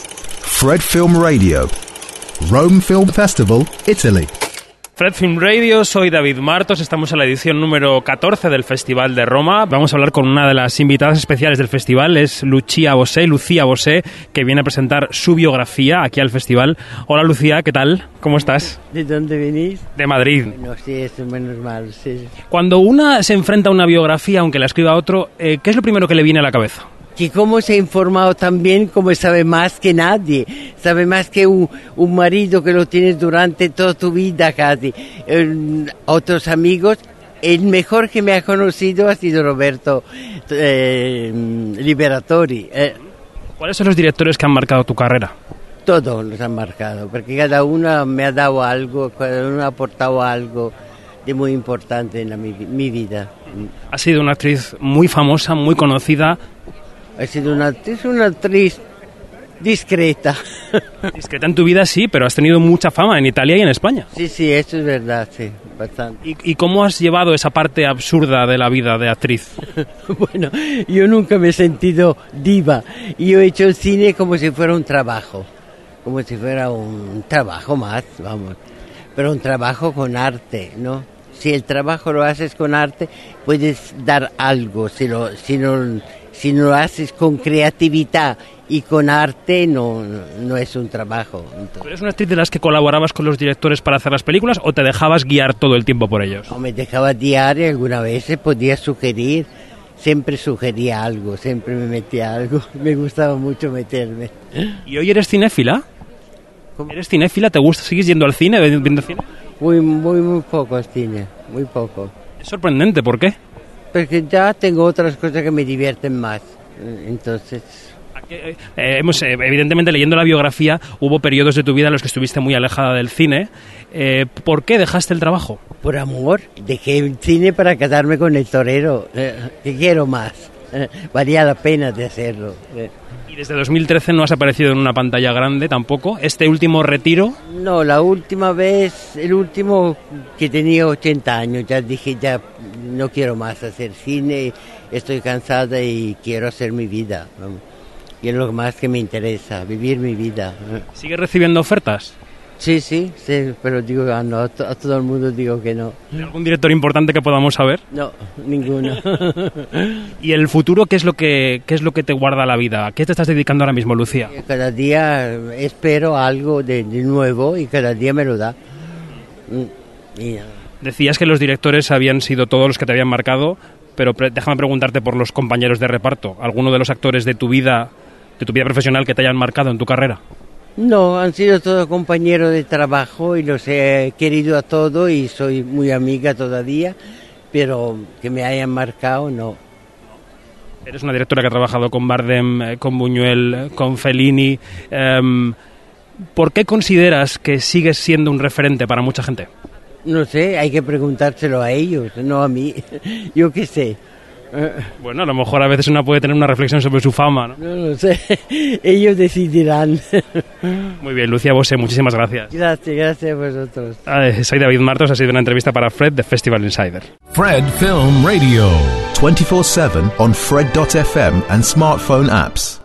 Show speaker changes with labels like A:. A: Fred Film Radio, Rome Film Festival, Italy.
B: Fred Film Radio, soy David Martos, estamos en la edición número 14 del Festival de Roma. Vamos a hablar con una de las invitadas especiales del festival, es Lucía Bosé, Lucía Bosé, que viene a presentar su biografía aquí al festival. Hola Lucía, ¿qué tal? ¿Cómo estás?
C: ¿De dónde venís?
B: De Madrid.
C: No, sí, es menos mal, sí.
B: Cuando una se enfrenta a una biografía, aunque la escriba otro, eh, ¿qué es lo primero que le viene a la cabeza?
C: Que cómo se ha informado tan bien, como sabe más que nadie, sabe más que un, un marido que lo tienes durante toda tu vida casi, Eh, otros amigos. El mejor que me ha conocido ha sido Roberto eh, Liberatori. Eh,
B: ¿Cuáles son los directores que han marcado tu carrera?
C: todos los han marcado, porque cada uno me ha dado algo, cada uno ha aportado algo de muy importante en la mi- mi vida.
B: Has sido una actriz muy famosa, muy conocida,
C: Ha sido una actriz, una actriz discreta.
B: discreta en tu vida sí, pero has tenido mucha fama en Italia y en España.
C: sí, sí, eso es verdad, sí, bastante.
B: ¿Y, y cómo has llevado esa parte absurda de la vida de actriz?
C: Bueno, yo nunca me he sentido diva. Yo he hecho el cine como si fuera un trabajo, como si fuera un trabajo más, vamos. Pero un trabajo con arte, ¿no? Si el trabajo lo haces con arte, puedes dar algo. Si, lo, si, no, si no lo haces con creatividad y con arte, no, no es un trabajo. Entonces-
B: ¿Tú eres una actriz de las que colaborabas con los directores para hacer las películas o te dejabas guiar todo el tiempo por ellos?
C: O me dejaba diario, alguna vez podía sugerir, siempre sugería algo, siempre me metía algo, me gustaba mucho meterme.
B: ¿Eh? ¿Y hoy eres cinéfila?
C: ¿Cómo?
B: ¿Eres cinéfila? ¿Te gusta? ¿Sigues yendo al cine, ve- viendo cine?
C: Muy, muy, muy poco al cine, muy poco.
B: Es sorprendente, ¿por qué?
C: Porque ya tengo otras cosas que me divierten más, eh, entonces...
B: Aquí, eh, eh, hemos, eh, evidentemente, leyendo la biografía, hubo periodos de tu vida en los que estuviste muy alejada del cine. Eh, ¿Por qué dejaste el trabajo?
C: Por amor, dejé el cine para casarme con el torero, eh, que quiero más, eh, valía la pena de hacerlo. eh.
B: Y desde 2013 no has aparecido en una pantalla grande tampoco. Este último retiro,
C: No, la última vez, el último que tenía 80 años, ya dije, ya no quiero más hacer cine, estoy cansada y quiero hacer mi vida. vamos. Y es lo más que me interesa, vivir mi vida.
B: ¿sigues recibiendo ofertas?
C: Sí, sí, sí, pero digo, ah, no, a, to- a todo el mundo digo que no.
B: ¿De algún director importante que podamos saber?
C: No, ninguno.
B: ¿Y el futuro qué es lo que, qué es lo que te guarda la vida? ¿A qué te estás dedicando ahora mismo, Lucía?
C: cada día espero algo de, de nuevo y cada día me lo da. Mm, y, ah,
B: Decías que los directores habían sido todos los que te habían marcado, pero pre- déjame preguntarte por los compañeros de reparto. ¿Alguno de los actores de tu vida, de tu vida profesional que te hayan marcado en tu carrera?
C: No, han sido todos compañeros de trabajo y los he querido a todos y soy muy amiga todavía, pero que me hayan marcado, no.
B: Eres una directora que ha trabajado con Bardem, eh, con Buñuel, eh, con Fellini. Em, ¿Por qué consideras que sigues siendo un referente para mucha gente?
C: No sé, hay que preguntárselo a ellos, no a mí. Yo qué sé. Eh,
B: Bueno, a lo mejor a veces una puede tener una reflexión sobre su fama. ¿no?
C: No lo sé. Ellos decidirán.
B: Muy bien, Lucía Bosé, muchísimas gracias.
C: Gracias, gracias a vosotros.
B: Eh, Soy David Martos, ha sido una entrevista para Fred de Festival Insider.
D: Fred Film Radio.
A: 24 7 on Fred.fm and smartphone apps.